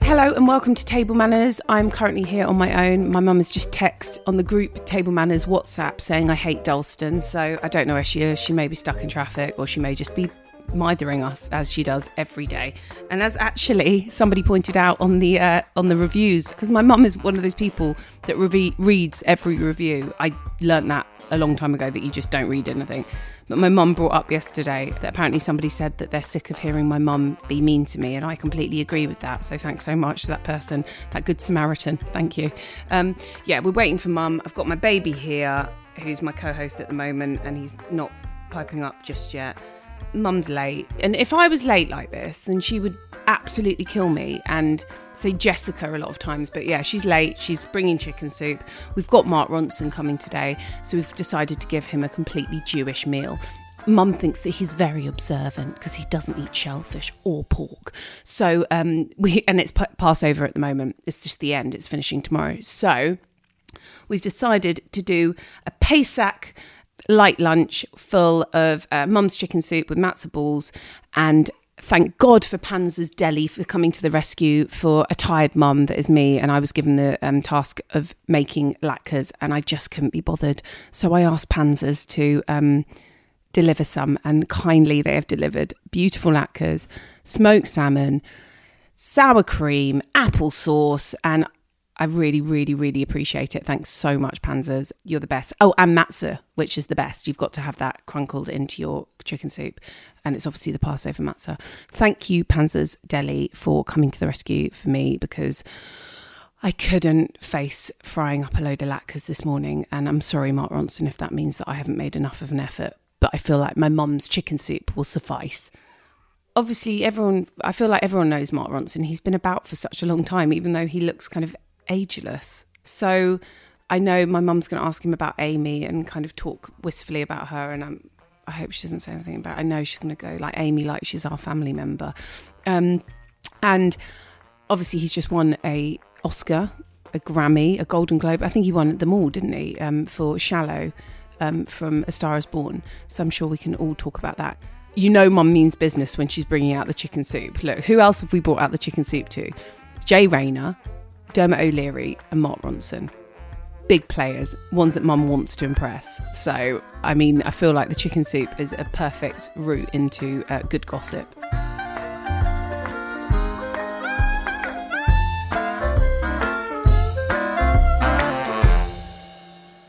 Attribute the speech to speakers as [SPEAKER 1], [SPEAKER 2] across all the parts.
[SPEAKER 1] Hello and welcome to Table Manners. I'm currently here on my own. My mum has just texted on the group Table Manners WhatsApp saying I hate Dalston, so I don't know where she is. She may be stuck in traffic or she may just be mithering us as she does every day. And as actually somebody pointed out on the uh, on the reviews, because my mum is one of those people that revi- reads every review. I learnt that a long time ago that you just don't read anything. But my mum brought up yesterday that apparently somebody said that they're sick of hearing my mum be mean to me, and I completely agree with that. So thanks so much to that person, that good Samaritan. Thank you. Um, yeah, we're waiting for mum. I've got my baby here, who's my co host at the moment, and he's not piping up just yet. Mum's late, and if I was late like this, then she would absolutely kill me and say Jessica a lot of times. But yeah, she's late. She's bringing chicken soup. We've got Mark Ronson coming today, so we've decided to give him a completely Jewish meal. Mum thinks that he's very observant because he doesn't eat shellfish or pork. So um, we and it's p- Passover at the moment. It's just the end. It's finishing tomorrow. So we've decided to do a Pesach light lunch full of uh, mum's chicken soup with matzo balls and thank god for panzer's deli for coming to the rescue for a tired mum that is me and i was given the um, task of making latkes and i just couldn't be bothered so i asked panzer's to um, deliver some and kindly they have delivered beautiful latkes smoked salmon sour cream apple sauce and I really, really, really appreciate it. Thanks so much, Panzers. You're the best. Oh, and matzah, which is the best. You've got to have that crunkled into your chicken soup. And it's obviously the Passover matzah. Thank you, Panzers Deli, for coming to the rescue for me because I couldn't face frying up a load of latkes this morning. And I'm sorry, Mark Ronson, if that means that I haven't made enough of an effort. But I feel like my mum's chicken soup will suffice obviously everyone I feel like everyone knows Mark Ronson. He's been about for such a long time, even though he looks kind of ageless. So I know my mum's gonna ask him about Amy and kind of talk wistfully about her and I'm I hope she doesn't say anything about it. I know she's gonna go like Amy like she's our family member. Um and obviously he's just won a Oscar, a Grammy, a Golden Globe. I think he won them all, didn't he? Um, for Shallow um, from A Star Is Born. So I'm sure we can all talk about that. You know, mum means business when she's bringing out the chicken soup. Look, who else have we brought out the chicken soup to? Jay Rayner, Dermot O'Leary, and Mark Ronson. Big players, ones that mum wants to impress. So, I mean, I feel like the chicken soup is a perfect route into uh, good gossip.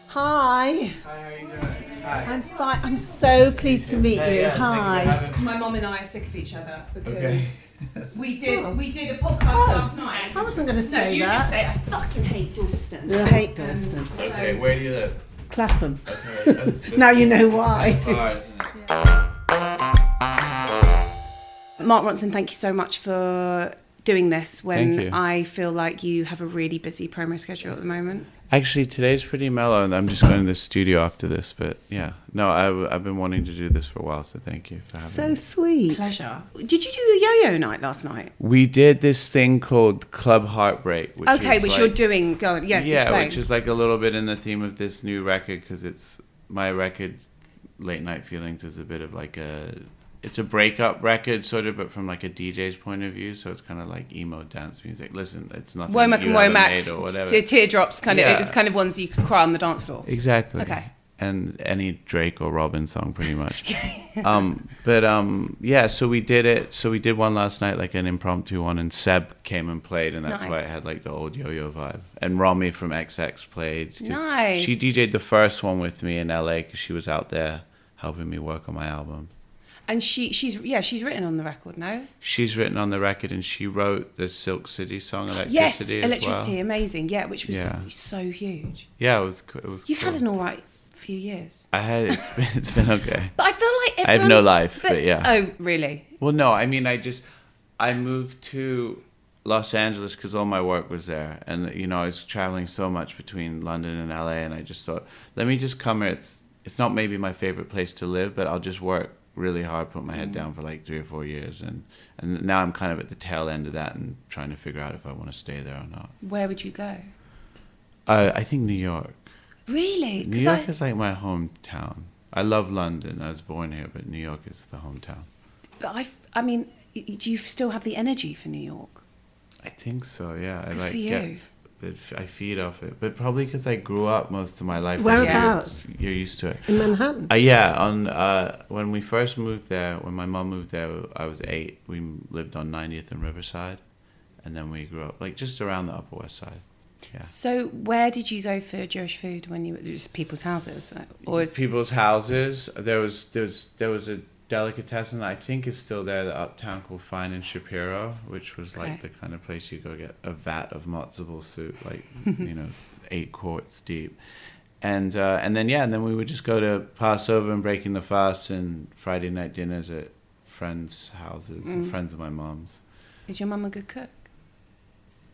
[SPEAKER 2] Hi. I'm fine. I'm so pleased to meet you. Hi.
[SPEAKER 1] My mum and I are sick of each other because
[SPEAKER 3] Okay.
[SPEAKER 1] we did we did a podcast
[SPEAKER 2] Oh,
[SPEAKER 1] last night.
[SPEAKER 2] I wasn't going to
[SPEAKER 1] No,
[SPEAKER 2] say
[SPEAKER 1] you just
[SPEAKER 2] that.
[SPEAKER 1] say I fucking hate Dalston.
[SPEAKER 2] I hate Dalston.
[SPEAKER 3] Okay, where do you live?
[SPEAKER 2] Clapham.
[SPEAKER 3] Okay, that's- that's
[SPEAKER 2] Now you know why.
[SPEAKER 3] far, isn't it?
[SPEAKER 1] Mark Ronson, thank you so much for doing this
[SPEAKER 3] Thank
[SPEAKER 1] when
[SPEAKER 3] you.
[SPEAKER 1] I feel like you have a really busy promo schedule at the moment.
[SPEAKER 3] Actually, today's pretty mellow, and I'm just going to the studio after this. But yeah, no, I, have been wanting to do this for a while, so thank you for having
[SPEAKER 2] So
[SPEAKER 3] me.
[SPEAKER 2] sweet.
[SPEAKER 1] Pleasure. Did you do a yo-yo night last night?
[SPEAKER 3] We did this thing called Club Heartbreak. Which
[SPEAKER 1] okay,
[SPEAKER 3] is
[SPEAKER 1] which
[SPEAKER 3] like-
[SPEAKER 1] you're doing. Go on. Yes,
[SPEAKER 3] yeah,
[SPEAKER 1] explain.
[SPEAKER 3] which is like a little bit in the theme of this new record because it's my record. Late night feelings is a bit of like a, it's a breakup record sort of, but from like a DJ's point of view. So it's kind of like emo dance music. Listen, it's nothing. that
[SPEAKER 1] Womack
[SPEAKER 3] you
[SPEAKER 1] and
[SPEAKER 3] haven't made or
[SPEAKER 1] Womack,
[SPEAKER 3] whatever.
[SPEAKER 1] t- teardrops, kind
[SPEAKER 3] Yeah.
[SPEAKER 1] of. It's kind of ones you can cry on the dance floor.
[SPEAKER 3] Exactly.
[SPEAKER 1] Okay.
[SPEAKER 3] and any Drake or Robin song, pretty much. um, but um, yeah, so we did it. So we did one last night, like an impromptu one, and Seb came and played, and that's why it
[SPEAKER 1] Nice.
[SPEAKER 3] had like the old yo-yo vibe. And Romy from XX played. 'cause
[SPEAKER 1] Nice.
[SPEAKER 3] She DJ'd the first one with me in LA because she was out there helping me work on my album.
[SPEAKER 1] And she, she's yeah, she's written on the record now.
[SPEAKER 3] She's written on the record, and she wrote the Silk City song,
[SPEAKER 1] Yes,
[SPEAKER 3] Electricity. as well.
[SPEAKER 1] electricity, amazing. Yeah, which was
[SPEAKER 3] Yeah.
[SPEAKER 1] so huge.
[SPEAKER 3] Yeah, it was. co- It was.
[SPEAKER 1] You've had
[SPEAKER 3] cool.
[SPEAKER 1] an all right few years,
[SPEAKER 3] I had. It's been. It's been okay.
[SPEAKER 1] but I feel like
[SPEAKER 3] I have no
[SPEAKER 1] everyone's-
[SPEAKER 3] life, but yeah.
[SPEAKER 1] Oh, really?
[SPEAKER 3] Well, no, I mean, I just I moved to Los Angeles because all my work was there, and you know, I was traveling so much between London and LA, and I just thought, let me just come here. It's it's not maybe my favorite place to live, but I'll just work really hard, put my
[SPEAKER 1] Mm.
[SPEAKER 3] head down for like three or four years, and and now I'm kind of at the tail end of that and trying to figure out if I want to stay there or not.
[SPEAKER 1] Where would you go?
[SPEAKER 3] Uh, I think New York.
[SPEAKER 1] Really?
[SPEAKER 3] New
[SPEAKER 1] 'Cause
[SPEAKER 3] York
[SPEAKER 1] I-
[SPEAKER 3] is like my hometown. I love London. I was born here, but New York is the hometown.
[SPEAKER 1] But I, I mean, y- do you still have the energy for New York?
[SPEAKER 3] I think so. Yeah, I
[SPEAKER 1] Good
[SPEAKER 3] like
[SPEAKER 1] for
[SPEAKER 3] get.
[SPEAKER 1] you.
[SPEAKER 3] it- I feed off it, but probably because I grew up most of my life.
[SPEAKER 2] Whereabouts?
[SPEAKER 3] You're, you're used to it.
[SPEAKER 2] in Manhattan.
[SPEAKER 3] Uh, yeah, on uh, when we first moved there, when my mom moved there, I was eight. We m- lived on 90th and Riverside, and then we grew up like just around the Upper West Side. Yeah,
[SPEAKER 1] So, where did you go for Jewish food when you were just people's houses? like, Or is,
[SPEAKER 3] people's houses. There was there was there was a delicatessen that I think is still there, the uptown called Fine and Shapiro, which was like
[SPEAKER 1] Okay.
[SPEAKER 3] the kind of place you go get a vat of matzo ball soup, like you know, eight quarts deep. And uh, and then yeah, and then we would just go to Passover and breaking the fast and Friday night dinners at friends' houses
[SPEAKER 1] Mm.
[SPEAKER 3] and friends of my mom's.
[SPEAKER 1] is your mum a good cook?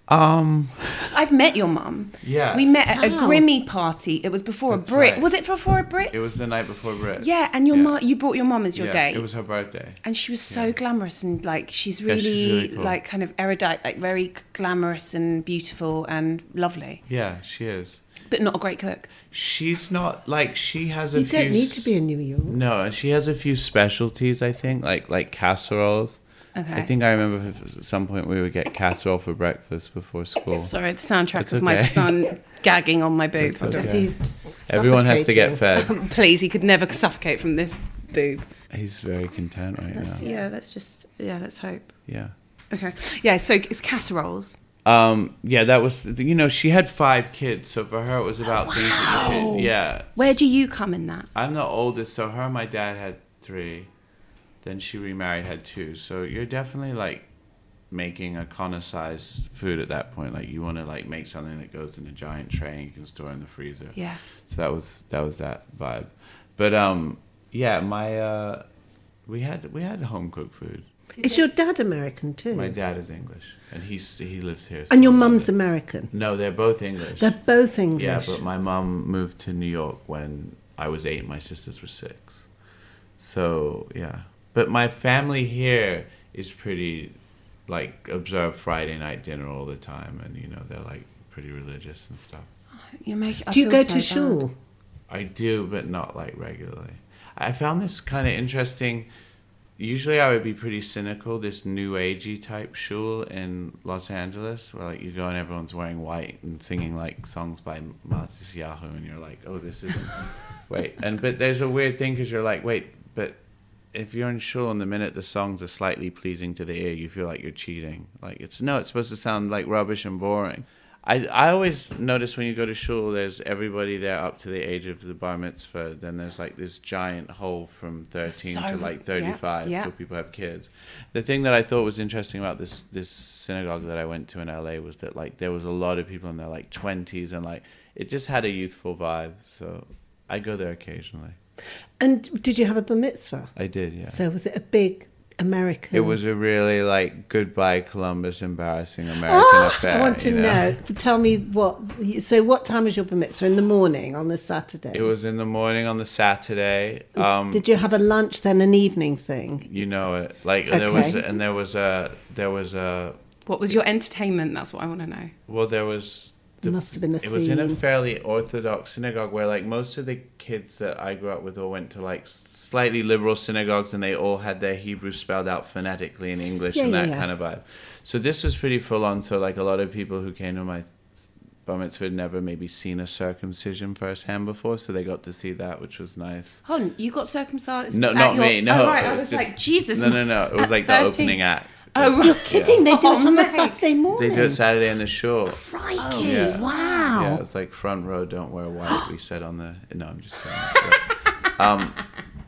[SPEAKER 3] Um,
[SPEAKER 1] I've met your mum.
[SPEAKER 3] Yeah.
[SPEAKER 1] We met at a
[SPEAKER 2] Wow.
[SPEAKER 1] Grimmy party. It was before
[SPEAKER 3] That's
[SPEAKER 1] a Brit.
[SPEAKER 3] right.
[SPEAKER 1] Was it before a Brit?
[SPEAKER 3] it was the night before Brit.
[SPEAKER 1] Yeah, and your
[SPEAKER 3] Yeah.
[SPEAKER 1] mum, you brought your mum as your
[SPEAKER 3] yeah,
[SPEAKER 1] date.
[SPEAKER 3] It was her birthday.
[SPEAKER 1] and she was so glamorous and like she's
[SPEAKER 3] Yeah,
[SPEAKER 1] really,
[SPEAKER 3] she's really cool.
[SPEAKER 1] like kind of erudite, like very glamorous and beautiful and lovely,
[SPEAKER 3] Yeah, she is.
[SPEAKER 1] but not a great cook.
[SPEAKER 3] She's not like she has a
[SPEAKER 2] You
[SPEAKER 3] few
[SPEAKER 2] don't need to
[SPEAKER 3] s-
[SPEAKER 2] be in New York.
[SPEAKER 3] No, and she has a few specialties. I think like like casseroles.
[SPEAKER 1] Okay.
[SPEAKER 3] I think I remember f- at some point we would get casserole for breakfast before school.
[SPEAKER 1] Sorry, the soundtrack
[SPEAKER 3] It's
[SPEAKER 1] of my
[SPEAKER 3] okay.
[SPEAKER 1] son gagging on my boob. I'm
[SPEAKER 2] So
[SPEAKER 1] just-
[SPEAKER 2] he's s-
[SPEAKER 3] Everyone has to get
[SPEAKER 2] suffocating.
[SPEAKER 3] fed.
[SPEAKER 1] Please, he could never suffocate from this boob.
[SPEAKER 3] He's very content right
[SPEAKER 1] Let's,
[SPEAKER 3] now.
[SPEAKER 1] yeah. let's just yeah, let's hope.
[SPEAKER 3] Yeah.
[SPEAKER 1] Okay, yeah. So it's casseroles.
[SPEAKER 3] Um. Yeah. That was. You know, she had five kids, so for her it was about things. that the kid- Yeah.
[SPEAKER 1] Where do you come in that?
[SPEAKER 3] I'm the oldest, so her and my dad had three. Then she remarried, had two. So you're definitely like making a connoissized food at that point. Like you want to like make something that goes in a giant tray and you can store in the freezer.
[SPEAKER 1] Yeah.
[SPEAKER 3] So that was that was that vibe. But um, yeah, my uh, we had we had home cooked food.
[SPEAKER 2] Is your dad American too?
[SPEAKER 3] My dad is English, and he's he lives here. so
[SPEAKER 2] Mm. and your
[SPEAKER 3] I love
[SPEAKER 2] mum's
[SPEAKER 3] it.
[SPEAKER 2] American.
[SPEAKER 3] No, they're both English.
[SPEAKER 2] They're both English.
[SPEAKER 3] Yeah, but my mom moved to New York when I was eight. My sisters were six. So yeah, but my family here is pretty, like, observe Friday night dinner all the time, and you know they're like pretty religious and stuff.
[SPEAKER 1] You make. I
[SPEAKER 2] Do you
[SPEAKER 1] feel
[SPEAKER 2] go
[SPEAKER 1] so
[SPEAKER 2] to
[SPEAKER 1] bad.
[SPEAKER 2] shul?
[SPEAKER 3] I do, but not like regularly. I found this kind of interesting. Usually, I would be pretty cynical. This new agey type shul in Los Angeles, where like you go and everyone's wearing white and singing like songs by Matis Yahoo, and you're like, oh, this isn't. wait, and but there's a weird thing because you're like, wait, but if you're in shul and the minute the songs are slightly pleasing to the ear, you feel like you're cheating. Like it's no, it's supposed to sound like rubbish and boring. I I always notice when you go to shul, there's everybody there up to the age of the bar mitzvah. Then there's like this giant hole from thirteen
[SPEAKER 1] So-
[SPEAKER 3] to like
[SPEAKER 1] yeah,
[SPEAKER 3] thirty-five
[SPEAKER 1] yeah.
[SPEAKER 3] till people have kids. The thing that I thought was interesting about this this synagogue that I went to in LA was that like there was a lot of people in their like twenties and like it just had a youthful vibe. So I go there occasionally.
[SPEAKER 2] And did you have a bar mitzvah?
[SPEAKER 3] I did, yeah.
[SPEAKER 2] So was it a big American?
[SPEAKER 3] It was a really like goodbye Columbus embarrassing American
[SPEAKER 2] Ah,
[SPEAKER 3] affair.
[SPEAKER 2] I want to
[SPEAKER 3] you
[SPEAKER 2] know. Tell me what. So, what time was your bar mitzvah? In the morning on the Saturday.
[SPEAKER 3] It was in the morning on the Saturday. Um,
[SPEAKER 2] Did you have a lunch then, an evening thing?
[SPEAKER 3] you know it. Like there was,
[SPEAKER 2] Okay.
[SPEAKER 3] and there was a, there was a,
[SPEAKER 1] What was your entertainment? That's what I want to know.
[SPEAKER 3] well, there was.
[SPEAKER 2] It must have been a
[SPEAKER 3] It was in a
[SPEAKER 2] theme.
[SPEAKER 3] fairly orthodox synagogue where, like, most of the kids that I grew up with all went to like slightly liberal synagogues, and they all had their Hebrew spelled out phonetically in English
[SPEAKER 2] Yeah,
[SPEAKER 3] and
[SPEAKER 2] yeah,
[SPEAKER 3] that
[SPEAKER 2] yeah.
[SPEAKER 3] kind of vibe. So this was pretty full on. So like a lot of people who came to my bar mitzvah had never maybe seen a circumcision firsthand before, so they got to see that, which was nice.
[SPEAKER 1] Hold on, you got circumcised?
[SPEAKER 3] No,
[SPEAKER 1] at
[SPEAKER 3] not
[SPEAKER 1] your-
[SPEAKER 3] me. No,
[SPEAKER 1] oh, right.
[SPEAKER 3] it
[SPEAKER 1] I
[SPEAKER 3] was
[SPEAKER 1] was
[SPEAKER 3] just-
[SPEAKER 1] like, Jesus.
[SPEAKER 3] No, no, no. It was
[SPEAKER 1] at
[SPEAKER 3] like the
[SPEAKER 1] 13.
[SPEAKER 3] opening act.
[SPEAKER 1] Oh,
[SPEAKER 3] Yeah.
[SPEAKER 1] right.
[SPEAKER 2] Kidding, they do it on a
[SPEAKER 1] mate.
[SPEAKER 2] Saturday morning.
[SPEAKER 3] They do it Saturday in the shore.
[SPEAKER 2] Crikey,
[SPEAKER 3] Yeah.
[SPEAKER 2] Oh. wow.
[SPEAKER 3] Yeah, it's like front row. Don't wear white. we said on the. No, I'm just. Kidding. But, um,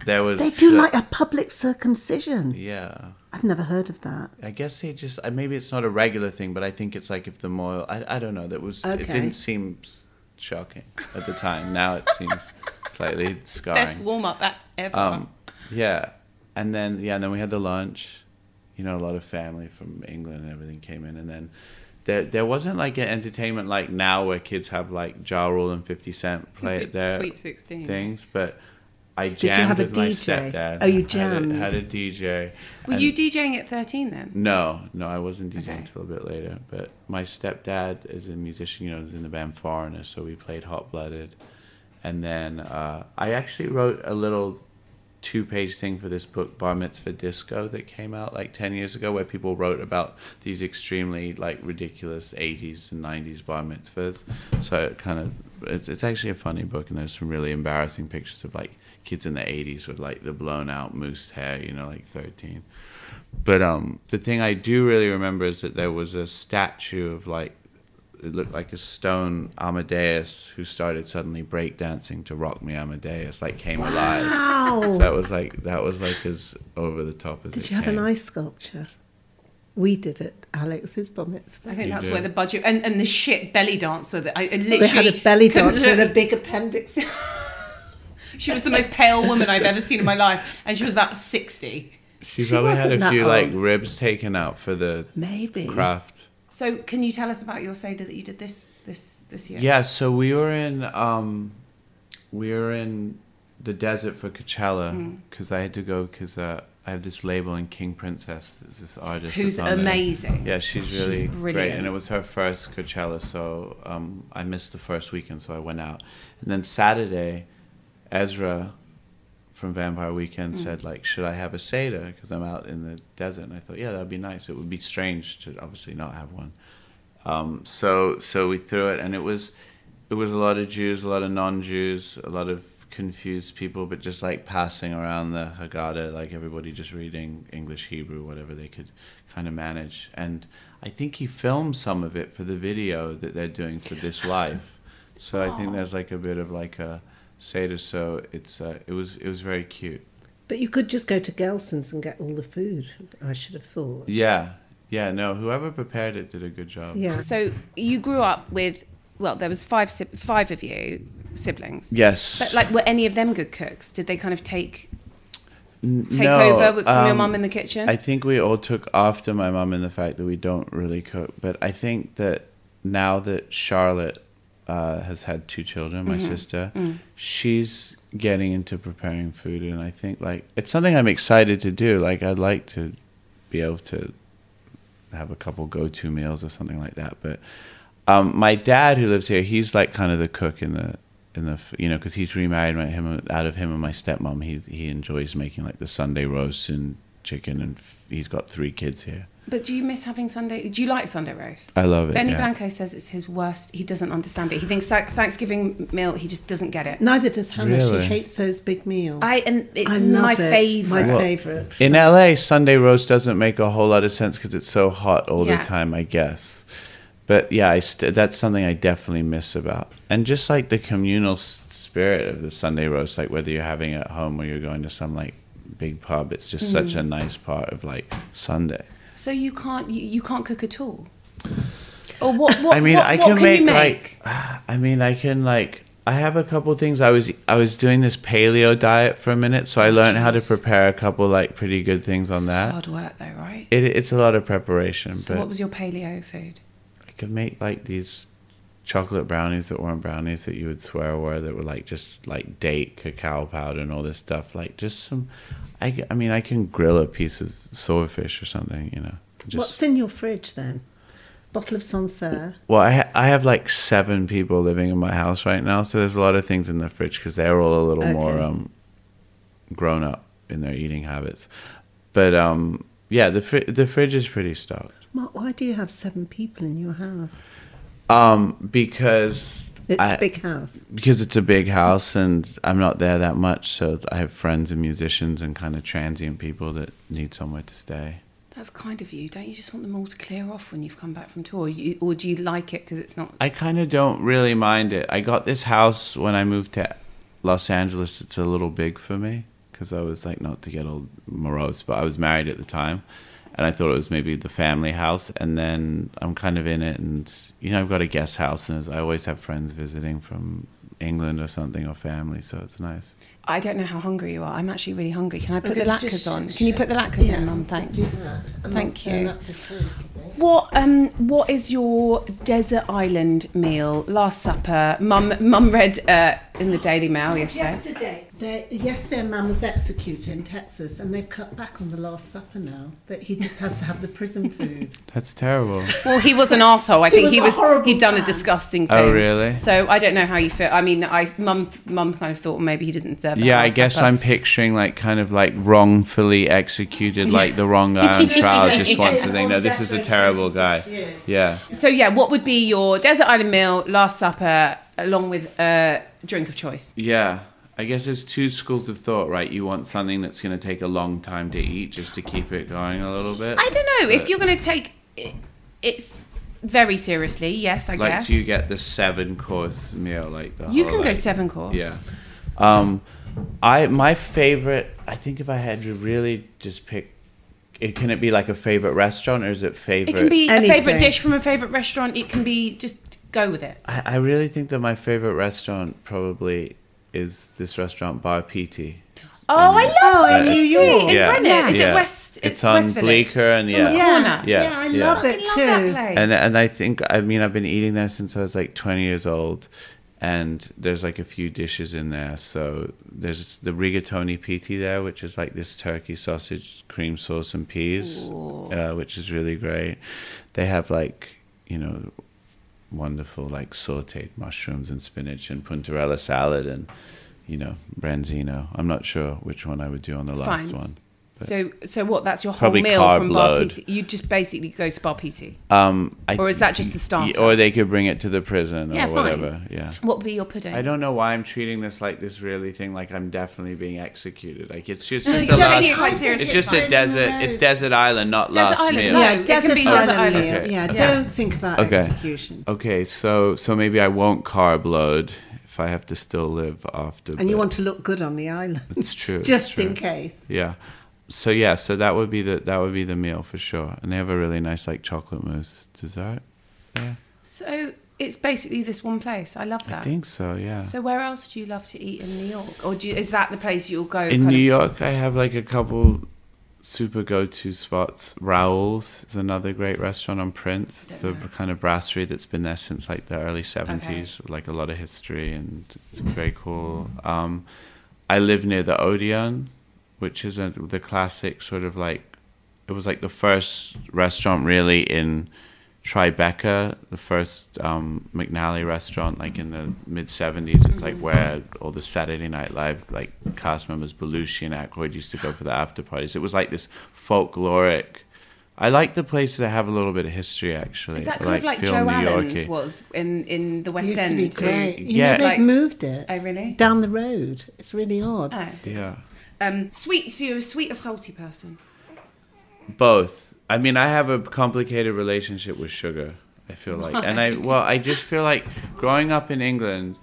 [SPEAKER 3] there was.
[SPEAKER 2] They do
[SPEAKER 3] the-
[SPEAKER 2] like a public circumcision.
[SPEAKER 3] Yeah.
[SPEAKER 2] I've never heard of that.
[SPEAKER 3] I guess they just uh, maybe it's not a regular thing, but I think it's like if the moil. I, I don't know. That was it
[SPEAKER 2] Okay.
[SPEAKER 3] didn't seem s- shocking at the time. Now it seems slightly scarring.
[SPEAKER 4] Best warm up at ever.
[SPEAKER 3] Um, yeah, and then yeah, and then we had the lunch. You know, a lot of family from England and everything came in, and then there there wasn't like an entertainment like now where kids have like Ja Rule and Fifty Cent play at their
[SPEAKER 4] Sweet 16.
[SPEAKER 3] things, but. I jammed
[SPEAKER 2] you have a
[SPEAKER 3] with my
[SPEAKER 2] DJ?
[SPEAKER 3] stepdad.
[SPEAKER 2] Oh, you
[SPEAKER 3] Had
[SPEAKER 2] jammed.
[SPEAKER 3] a, had a DJ.
[SPEAKER 1] Were
[SPEAKER 3] and-
[SPEAKER 1] you DJing at 13 then?
[SPEAKER 3] no, no, I wasn't DJing
[SPEAKER 1] Okay.
[SPEAKER 3] until a bit later. But my stepdad is a musician, you know, he's in the band Foreigner, so we played Hot Blooded. And then uh, I actually wrote a little two page thing for this book, Bar Mitzvah Disco, that came out like 10 years ago, where people wrote about these extremely like ridiculous 80s and 90s bar mitzvahs. So it kind of, it's, it's actually a funny book, and there's some really embarrassing pictures of like kids in the 80s with like the blown out moose hair, you know, like 13. But um, the thing I do really remember is that there was a statue of like it looked like a stone Amadeus who started suddenly breakdancing to "Rock Me Amadeus," like came alive. So
[SPEAKER 2] Wow.
[SPEAKER 3] that was like that was like as over the top as
[SPEAKER 2] Did
[SPEAKER 3] it
[SPEAKER 2] you have an
[SPEAKER 3] came.
[SPEAKER 2] eye sculpture? We did it, Alex's bar mitzvah.
[SPEAKER 1] I think
[SPEAKER 3] You
[SPEAKER 1] that's
[SPEAKER 3] did.
[SPEAKER 1] where the budget and, and the shit belly dancer that I, I literally
[SPEAKER 2] They had a belly
[SPEAKER 1] couldn't
[SPEAKER 2] dance with a
[SPEAKER 1] look.
[SPEAKER 2] big appendix.
[SPEAKER 4] She was the most pale woman I've ever seen in my life, and she was about 60.
[SPEAKER 3] She,
[SPEAKER 2] She
[SPEAKER 3] probably had
[SPEAKER 2] wasn't
[SPEAKER 3] a
[SPEAKER 2] that
[SPEAKER 3] few like
[SPEAKER 2] old.
[SPEAKER 3] ribs taken out for the
[SPEAKER 2] Maybe.
[SPEAKER 3] craft.
[SPEAKER 1] So can you tell us about your Seder that you did this this this year?
[SPEAKER 3] Yeah, so we were in um, we were in the desert for
[SPEAKER 2] Hmm.
[SPEAKER 3] Coachella because I had to go because uh, I have this label in King Princess. There's this artist that's
[SPEAKER 1] Who's
[SPEAKER 3] on there.
[SPEAKER 1] amazing.
[SPEAKER 3] Yeah, she's really great,
[SPEAKER 1] brilliant.
[SPEAKER 3] and it was her first Coachella, so um, I missed the first weekend, so I went out, and then Saturday, Ezra from Vampire Weekend said like, should I have a seder because I'm out in the desert? And I thought, yeah, that'd be nice. It would be strange to obviously not have one. Um, so so we threw it, and it was it was a lot of Jews, a lot of non-Jews, a lot of confused people, but just like passing around the Haggadah, like everybody just reading English, Hebrew, whatever they could kind of manage. And I think he filmed some of it for the video that they're doing for this live. So I think there's like a bit of like a seder. So it's uh, it was it was very cute.
[SPEAKER 2] But you could just go to Gelson's and get all the food, I should have thought.
[SPEAKER 3] Yeah, yeah. No, whoever prepared it did a good job.
[SPEAKER 2] Yeah.
[SPEAKER 1] So you grew up with well, there was five si- five of you siblings.
[SPEAKER 3] Yes.
[SPEAKER 1] But like, were any of them good cooks? Did they kind of take take
[SPEAKER 3] No,
[SPEAKER 1] over with, from your
[SPEAKER 3] um,
[SPEAKER 1] mum in the kitchen?
[SPEAKER 3] I think we all took after my mum in the fact that we don't really cook. But I think that now that Charlotte uh, has had two children, my sister, she's getting into preparing food, and I think like it's something I'm excited to do. Like I'd like to be able to have a couple go-to meals or something like that. But um, my dad, who lives here, he's like kind of the cook in the in the f- you know because he's remarried my, him out of him and my stepmom. He he enjoys making like the Sunday roast and chicken, and f- he's got three kids here.
[SPEAKER 1] but do you miss having Sunday? Do you like Sunday roast?
[SPEAKER 3] I love it,
[SPEAKER 1] Benny
[SPEAKER 3] yeah.
[SPEAKER 1] Blanco says it's his worst. He doesn't understand it. He thinks like Thanksgiving meal. He just doesn't get it.
[SPEAKER 2] Neither does Hannah.
[SPEAKER 3] Really?
[SPEAKER 2] She hates those big meals.
[SPEAKER 1] I and it's
[SPEAKER 2] I love
[SPEAKER 1] my
[SPEAKER 2] it.
[SPEAKER 1] favorite.
[SPEAKER 2] My
[SPEAKER 3] Well,
[SPEAKER 2] favourite.
[SPEAKER 3] In LA, Sunday roast doesn't make a whole lot of sense because it's so hot all
[SPEAKER 1] Yeah.
[SPEAKER 3] the time, I guess. But yeah, I st- that's something I definitely miss about. And just like the communal s- spirit of the Sunday roast, like whether you're having it at home or you're going to some like big pub, it's just such a nice part of like Sunday.
[SPEAKER 1] So you can't you, you can't cook at all. Or what? what
[SPEAKER 3] I mean,
[SPEAKER 1] what,
[SPEAKER 3] I
[SPEAKER 1] what
[SPEAKER 3] can, make,
[SPEAKER 1] you make?
[SPEAKER 3] like. I mean, I can like. I have a couple things. I was I was doing this paleo diet for a minute, so I learned how to prepare a couple like pretty good things on that.
[SPEAKER 1] hard work though, right?
[SPEAKER 3] It, it's a lot of preparation,
[SPEAKER 1] So
[SPEAKER 3] but
[SPEAKER 1] what was your paleo food?
[SPEAKER 3] I could make like these chocolate brownies that weren't brownies that you would swear were that were like just like date cacao powder and all this stuff. Like just some. I, g- I mean, I can grill a piece of swordfish or something. You know. Just,
[SPEAKER 2] What's in your fridge then? Bottle of Sancerre.
[SPEAKER 3] Well, I, ha- I have like seven people living in my house right now, so there's a lot of things in the fridge because they're all a little more
[SPEAKER 2] Okay.
[SPEAKER 3] um, grown up in their eating habits. But um, yeah, the fri- the fridge is pretty stocked.
[SPEAKER 2] Mark, why do you have seven people in your house?
[SPEAKER 3] um, because
[SPEAKER 2] It's
[SPEAKER 3] I-
[SPEAKER 2] a big house.
[SPEAKER 3] because it's a big house and I'm not there that much, so I have friends and musicians and kind of transient people that need somewhere to stay.
[SPEAKER 1] That's kind of you. Don't you just want them all to clear off when you've come back from tour? You, or do you like it because it's not.
[SPEAKER 3] I kind of don't really mind it. I got this house when I moved to Los Angeles. It's a little big for me because I was like, not to get old morose, but I was married at the time. And I thought it was maybe the family house. And then I'm kind of in it. And, you know, I've got a guest house. And I always have friends visiting from England or something or family. So it's nice.
[SPEAKER 1] I don't know how hungry you are. I'm actually really hungry. Can I put the
[SPEAKER 2] could you
[SPEAKER 1] latkes
[SPEAKER 2] just
[SPEAKER 1] on?
[SPEAKER 2] sh-
[SPEAKER 1] Can you put the latkes on, Mum? Thanks. Thank you.
[SPEAKER 2] you.
[SPEAKER 1] What um what is your desert island meal? Last supper. Mum mum read uh, in the Daily Mail yesterday.
[SPEAKER 2] Yesterday, they- yesterday, Mum was executed in Texas, and they've cut back on the Last Supper now. That he just has to have the prison food.
[SPEAKER 3] That's terrible.
[SPEAKER 1] Well, he was an asshole. I think
[SPEAKER 2] was
[SPEAKER 1] he
[SPEAKER 2] a
[SPEAKER 1] was,
[SPEAKER 2] horrible
[SPEAKER 1] he'd done a
[SPEAKER 2] man.
[SPEAKER 1] disgusting thing.
[SPEAKER 3] Oh, really?
[SPEAKER 1] So I don't know how you feel. I mean, I mum mum kind of thought maybe he didn't deserve. that
[SPEAKER 3] Yeah, I
[SPEAKER 1] last
[SPEAKER 3] guess
[SPEAKER 1] supper.
[SPEAKER 3] I'm picturing like kind of like wrongfully executed, like the wrong guy on trial just wants to think, no, this is a terrible guy. Yeah.
[SPEAKER 1] So yeah, what would be your desert island meal, last supper, along with a drink of choice?
[SPEAKER 3] Yeah. I guess there's two schools of thought, right? You want something that's going to take a long time to eat just to keep it going a little bit.
[SPEAKER 1] I don't know if
[SPEAKER 3] But,
[SPEAKER 1] you're going to take it, it's very seriously. Yes, I
[SPEAKER 3] Like,
[SPEAKER 1] guess.
[SPEAKER 3] do you get the seven course meal? Like, the
[SPEAKER 1] You
[SPEAKER 3] whole,
[SPEAKER 1] can go
[SPEAKER 3] like-
[SPEAKER 1] seven course.
[SPEAKER 3] Yeah. Um, I my favorite. I think if I had to really just pick, it, can it be like a favorite restaurant or is it favorite?
[SPEAKER 1] It can be a favorite
[SPEAKER 2] Anything.
[SPEAKER 1] dish from a favorite restaurant. It can be just go with it.
[SPEAKER 3] I, I really think that my favorite restaurant probably is this restaurant Bar Piti.
[SPEAKER 1] Oh, I love
[SPEAKER 2] Oh, in
[SPEAKER 3] Yeah.
[SPEAKER 2] New
[SPEAKER 1] In
[SPEAKER 2] York.
[SPEAKER 3] Yeah.
[SPEAKER 1] Brennan, is
[SPEAKER 3] Yeah.
[SPEAKER 1] it West?
[SPEAKER 3] It's on
[SPEAKER 1] West Village?
[SPEAKER 3] Bleecker and
[SPEAKER 1] It's on the
[SPEAKER 3] yeah.
[SPEAKER 2] Yeah,
[SPEAKER 1] corner.
[SPEAKER 3] Yeah,
[SPEAKER 2] yeah, Oh, I
[SPEAKER 3] yeah.
[SPEAKER 2] love
[SPEAKER 1] I
[SPEAKER 2] it
[SPEAKER 1] love
[SPEAKER 2] too.
[SPEAKER 1] that place.
[SPEAKER 3] And and I think I mean I've been eating there since I was like 20 years old, and there's like a few dishes in there. So there's the rigatoni piti there, which is like this turkey sausage, cream sauce, and peas, uh, which is really great. They have like you know wonderful like sautéed mushrooms and spinach and puntarella salad and you know branzino. I'm not sure which one I would do on the last
[SPEAKER 1] Fines.
[SPEAKER 3] one.
[SPEAKER 1] So, so what? That's your whole
[SPEAKER 3] Probably
[SPEAKER 1] meal
[SPEAKER 3] carb
[SPEAKER 1] from Bar
[SPEAKER 3] load.
[SPEAKER 1] PT. You just basically go to Bar PT.
[SPEAKER 3] Um, I,
[SPEAKER 1] Or is that just the starter?
[SPEAKER 3] Or they could bring it to the prison or
[SPEAKER 1] Yeah, fine.
[SPEAKER 3] whatever. Yeah.
[SPEAKER 1] What would be your pudding?
[SPEAKER 3] I don't know why I'm treating this like this really thing. Like I'm definitely being executed. Like it's just,
[SPEAKER 1] you're
[SPEAKER 3] just a
[SPEAKER 1] taking
[SPEAKER 3] last,
[SPEAKER 1] it quite
[SPEAKER 3] It's
[SPEAKER 1] seriously.
[SPEAKER 3] just a
[SPEAKER 2] Fine.
[SPEAKER 3] desert.
[SPEAKER 2] Who
[SPEAKER 3] It's
[SPEAKER 2] knows?
[SPEAKER 3] desert island, not
[SPEAKER 1] Desert
[SPEAKER 3] last
[SPEAKER 1] island,
[SPEAKER 3] meal.
[SPEAKER 1] no.
[SPEAKER 2] Yeah,
[SPEAKER 1] It can
[SPEAKER 2] desert
[SPEAKER 1] be
[SPEAKER 2] island.
[SPEAKER 1] desert island.
[SPEAKER 2] meal.
[SPEAKER 3] Okay.
[SPEAKER 2] Yeah,
[SPEAKER 3] Okay.
[SPEAKER 2] don't think about
[SPEAKER 3] Okay.
[SPEAKER 2] execution.
[SPEAKER 3] Okay, so so maybe I won't carb load if I have to still live after.
[SPEAKER 2] And you
[SPEAKER 3] but
[SPEAKER 2] want to look good on the island,
[SPEAKER 3] It's true. it's
[SPEAKER 2] just in
[SPEAKER 3] true.
[SPEAKER 2] case.
[SPEAKER 3] Yeah. So yeah, so that would be the that would be the meal for sure. And they have a really nice like chocolate mousse dessert.
[SPEAKER 1] So it's basically this one place. I love
[SPEAKER 3] I
[SPEAKER 1] that.
[SPEAKER 3] think uh, so. Yeah.
[SPEAKER 1] So where else do you love to eat in New York, or do you, is that the place you'll go?
[SPEAKER 3] in
[SPEAKER 1] kind
[SPEAKER 3] New
[SPEAKER 1] of-
[SPEAKER 3] York, I have like a couple super go-to spots. Raoul's is another great restaurant on Prince. It's a kind of brasserie that's been there since like the early seventies. Like a lot of history, and it's very cool. Um, I live near the Odeon, which is a, the classic sort of like it was like the first restaurant really in Tribeca, the first um, McNally restaurant, like in the mid '70s. It's
[SPEAKER 1] Mm-hmm.
[SPEAKER 3] like where all the Saturday Night Live like cast members Belushi and Aykroyd used to go for the after parties. It was like this folkloric. I like the places that have a little bit of history, actually.
[SPEAKER 1] Is that
[SPEAKER 3] I
[SPEAKER 1] kind of like
[SPEAKER 3] feel
[SPEAKER 1] Joe
[SPEAKER 3] New
[SPEAKER 1] Allen's
[SPEAKER 3] York-y.
[SPEAKER 1] was in in the West
[SPEAKER 2] Used
[SPEAKER 1] End?
[SPEAKER 2] to be great. You
[SPEAKER 3] Yeah.
[SPEAKER 2] know, they've
[SPEAKER 1] Like-
[SPEAKER 2] moved it.
[SPEAKER 1] Oh, really?
[SPEAKER 2] Down the road. It's really odd.
[SPEAKER 1] Oh.
[SPEAKER 3] Yeah.
[SPEAKER 1] Um, sweet. So you're a sweet or salty person?
[SPEAKER 3] both i mean i have a complicated relationship with sugar i feel like and i well i just feel like growing up in england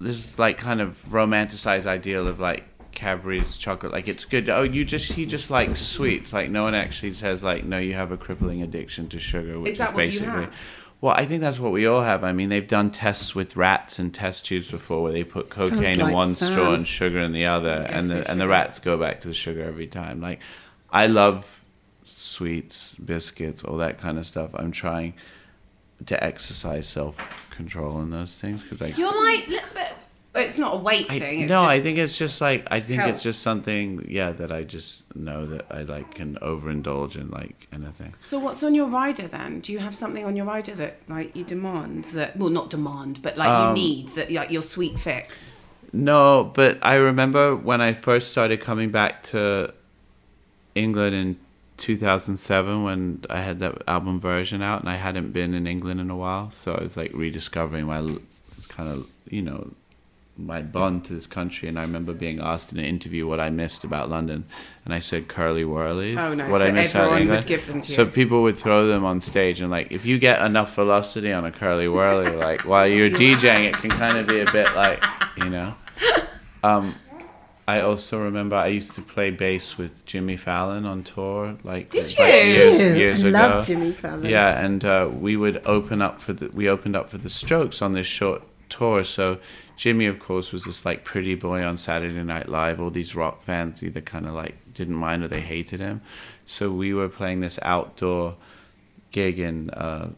[SPEAKER 3] this like kind of romanticized ideal of like Cadbury's chocolate, like it's good. Oh, you just he just likes sweets. Like no one actually says like no, you have a crippling addiction to sugar, which is,
[SPEAKER 1] that what you
[SPEAKER 3] basically.
[SPEAKER 1] have?
[SPEAKER 3] Well, I think that's what we all have. I mean, they've done tests with rats and test tubes before, where they put cocaine in
[SPEAKER 2] like
[SPEAKER 3] one
[SPEAKER 2] Sam.
[SPEAKER 3] straw and sugar in the other, and the and the rats go back to the sugar every time. Like, I love sweets, biscuits, all that kind of stuff. I'm trying to exercise self control in those things because I
[SPEAKER 1] You're like, look, but but it's not a weight
[SPEAKER 3] I-
[SPEAKER 1] thing. It's
[SPEAKER 3] no, I
[SPEAKER 1] just-
[SPEAKER 3] think it's just like I think
[SPEAKER 1] health.
[SPEAKER 3] it's just something, yeah, that I just know that I like can overindulge in like anything.
[SPEAKER 1] So what's on your rider then? Do you have something on your rider that like you demand that? Well, not demand, but like
[SPEAKER 3] Um,
[SPEAKER 1] you need that like your sweet fix.
[SPEAKER 3] No, but I remember when I first started coming back to England in 2007 when I had that album version out, and I hadn't been in England in a while, so I was like rediscovering my l- kind of you know my bond to this country. And I remember being asked in an interview what I missed about London, and I said curly whirlies.
[SPEAKER 1] Oh, no,
[SPEAKER 3] What
[SPEAKER 1] so
[SPEAKER 3] I missed out of
[SPEAKER 1] everyone would
[SPEAKER 3] England.
[SPEAKER 1] give them to
[SPEAKER 3] so
[SPEAKER 1] you.
[SPEAKER 3] people would throw them on stage, and like if you get enough velocity on a curly whirly, like while you're DJing, it can kind of be a bit like you know. I also remember I used to play bass with Jimmy Fallon on tour. Like did
[SPEAKER 4] you?
[SPEAKER 3] Years,
[SPEAKER 2] Did you?
[SPEAKER 3] years
[SPEAKER 2] I
[SPEAKER 3] ago.
[SPEAKER 2] love Jimmy Fallon.
[SPEAKER 3] Yeah, and uh, we would open up for the we opened up for the Strokes on this short tour. So Jimmy, of course, was this like pretty boy on Saturday Night Live. All these rock fans either kind of like didn't mind or they hated him. So we were playing this outdoor gig in uh,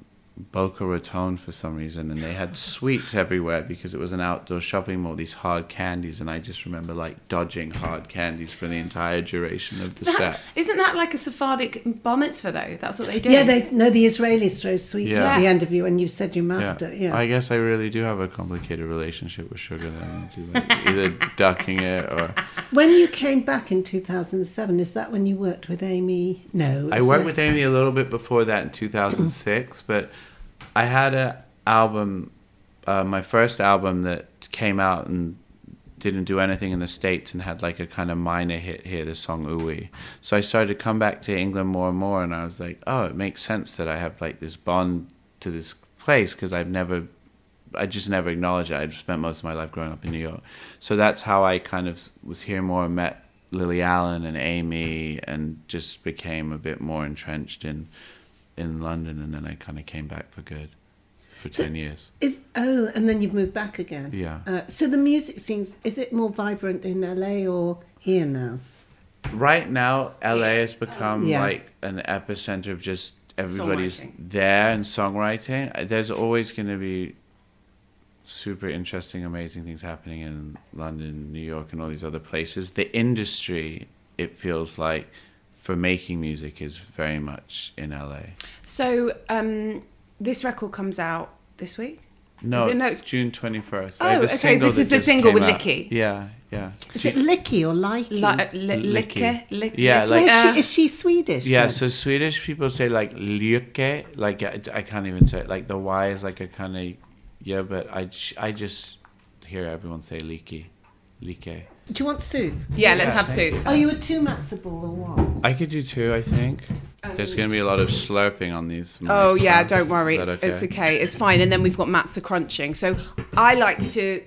[SPEAKER 3] Boca Raton for some reason, and they had sweets everywhere because it was an outdoor shopping mall. These hard candies, and I just remember like dodging hard candies for the entire duration of the set.
[SPEAKER 4] Isn't that like a Sephardic bar mitzvah though? That's what they do.
[SPEAKER 2] Yeah, they no. The Israelis throw sweets
[SPEAKER 3] Yeah.
[SPEAKER 2] at the end of you, and you said you muffed
[SPEAKER 3] Yeah.
[SPEAKER 2] it. Yeah,
[SPEAKER 3] I guess I really do have a complicated relationship with sugar. Then I do, like, either ducking it or
[SPEAKER 2] When you came back in 2007, is that when you worked with Amy? No.
[SPEAKER 3] I
[SPEAKER 2] isn't
[SPEAKER 3] worked
[SPEAKER 2] it?
[SPEAKER 3] with Amy a little bit before that in 2006, but I had a album, uh, my first album that came out and didn't do anything in the states and had like a kind of minor hit here, the song "Ooey." So I started to come back to England more and more, and I was like, oh, it makes sense that I have like this bond to this place because I've never I just never acknowledged it. I'd spent most of my life growing up in New York. So that's how I kind of s- was here more and met Lily Allen and Amy and just became a bit more entrenched in in London and then I kind of came back for good for 10 years.
[SPEAKER 2] Is oh, and then you've moved back again.
[SPEAKER 3] Yeah.
[SPEAKER 2] Uh, so the music scenes is it more vibrant in LA or here now?
[SPEAKER 3] Right now LA has become
[SPEAKER 2] Yeah.
[SPEAKER 3] like an epicenter of just everybody's
[SPEAKER 4] Songwriting.
[SPEAKER 3] there and songwriting. Uh, There's always going to be super interesting, amazing things happening in London, New York, and all these other places. The industry, it feels like, for making music is very much in LA.
[SPEAKER 1] So um, this record comes out this week.
[SPEAKER 3] No,
[SPEAKER 1] Is it-
[SPEAKER 3] it's,
[SPEAKER 1] no, it's-
[SPEAKER 3] June 21st.
[SPEAKER 1] Oh, okay, this
[SPEAKER 3] that
[SPEAKER 1] is the
[SPEAKER 3] just
[SPEAKER 1] single
[SPEAKER 3] came
[SPEAKER 1] with Licky.
[SPEAKER 3] Yeah, yeah.
[SPEAKER 2] Is it licky or likey?
[SPEAKER 1] Like, uh, li-
[SPEAKER 3] Licky.
[SPEAKER 1] licker, lick-
[SPEAKER 3] Yeah,
[SPEAKER 1] it's
[SPEAKER 2] Where
[SPEAKER 3] like-
[SPEAKER 2] is,
[SPEAKER 1] uh,
[SPEAKER 2] she, is she Swedish?
[SPEAKER 3] Yeah,
[SPEAKER 2] then?
[SPEAKER 3] so Swedish people say like lycke, like I, I can't even say it. like the Y is like a kind of yeah, but I, j- I just hear everyone say lycky, lycke.
[SPEAKER 2] Do you want soup?
[SPEAKER 4] yeah, let's have soup.
[SPEAKER 2] Are you a two matzo ball or what?
[SPEAKER 3] I could do two, I think. There's gonna be a lot of slurping on these.
[SPEAKER 1] Oh
[SPEAKER 3] mics.
[SPEAKER 1] yeah, don't worry,
[SPEAKER 3] Is
[SPEAKER 1] it's,
[SPEAKER 3] that
[SPEAKER 1] it's okay, it's fine. And then we've got matzah crunching. So I like to c-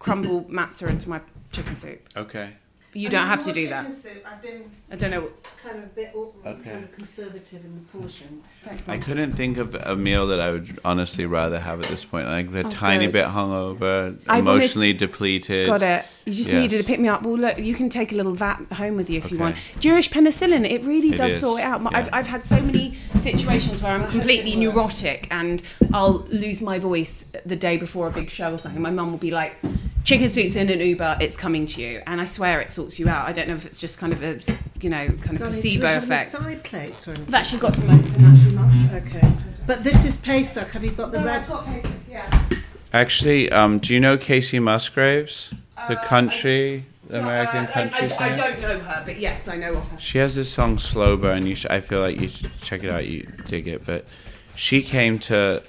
[SPEAKER 1] crumble matzah into my chicken soup.
[SPEAKER 3] Okay.
[SPEAKER 1] You don't have to do that. Oh,
[SPEAKER 2] I've been
[SPEAKER 1] I don't know.
[SPEAKER 2] kind of a bit
[SPEAKER 3] Okay. kind of
[SPEAKER 2] conservative in the portions.
[SPEAKER 3] I couldn't think of a meal that I would honestly rather have at this point. Like the tiny
[SPEAKER 2] good.
[SPEAKER 3] bit hungover,
[SPEAKER 1] Oh, I wanted-
[SPEAKER 3] emotionally depleted.
[SPEAKER 1] Got it. You just
[SPEAKER 3] Yes.
[SPEAKER 1] needed a pick me up. Well, look, you can take a little vat home with you if you
[SPEAKER 3] Okay.
[SPEAKER 1] want. Jewish penicillin, it really
[SPEAKER 3] It
[SPEAKER 1] does
[SPEAKER 3] is,
[SPEAKER 1] sort it out. My, I've,
[SPEAKER 3] yeah.
[SPEAKER 1] I've had so many situations where I'm completely neurotic and I'll lose my voice the day before a big show or something. My mum will be like, chicken suits in an Uber, it's coming to you. And I swear it sorts you out. I don't know if it's just kind of a, s- you know, kind of placebo effect. I've
[SPEAKER 2] Side plates or anything?
[SPEAKER 1] actually got some open actually, Mum.
[SPEAKER 2] Okay. But this is Pesach. Have you got the red?
[SPEAKER 3] Actually, um, do you know Casey Musgraves? The country, the American
[SPEAKER 1] Uh, I-
[SPEAKER 3] country.
[SPEAKER 1] I, I
[SPEAKER 3] singer?
[SPEAKER 1] don't know her, but yes, I know of her.
[SPEAKER 3] She has this song Slow Burn. You should, I feel like you should check it out. You dig it. But she came to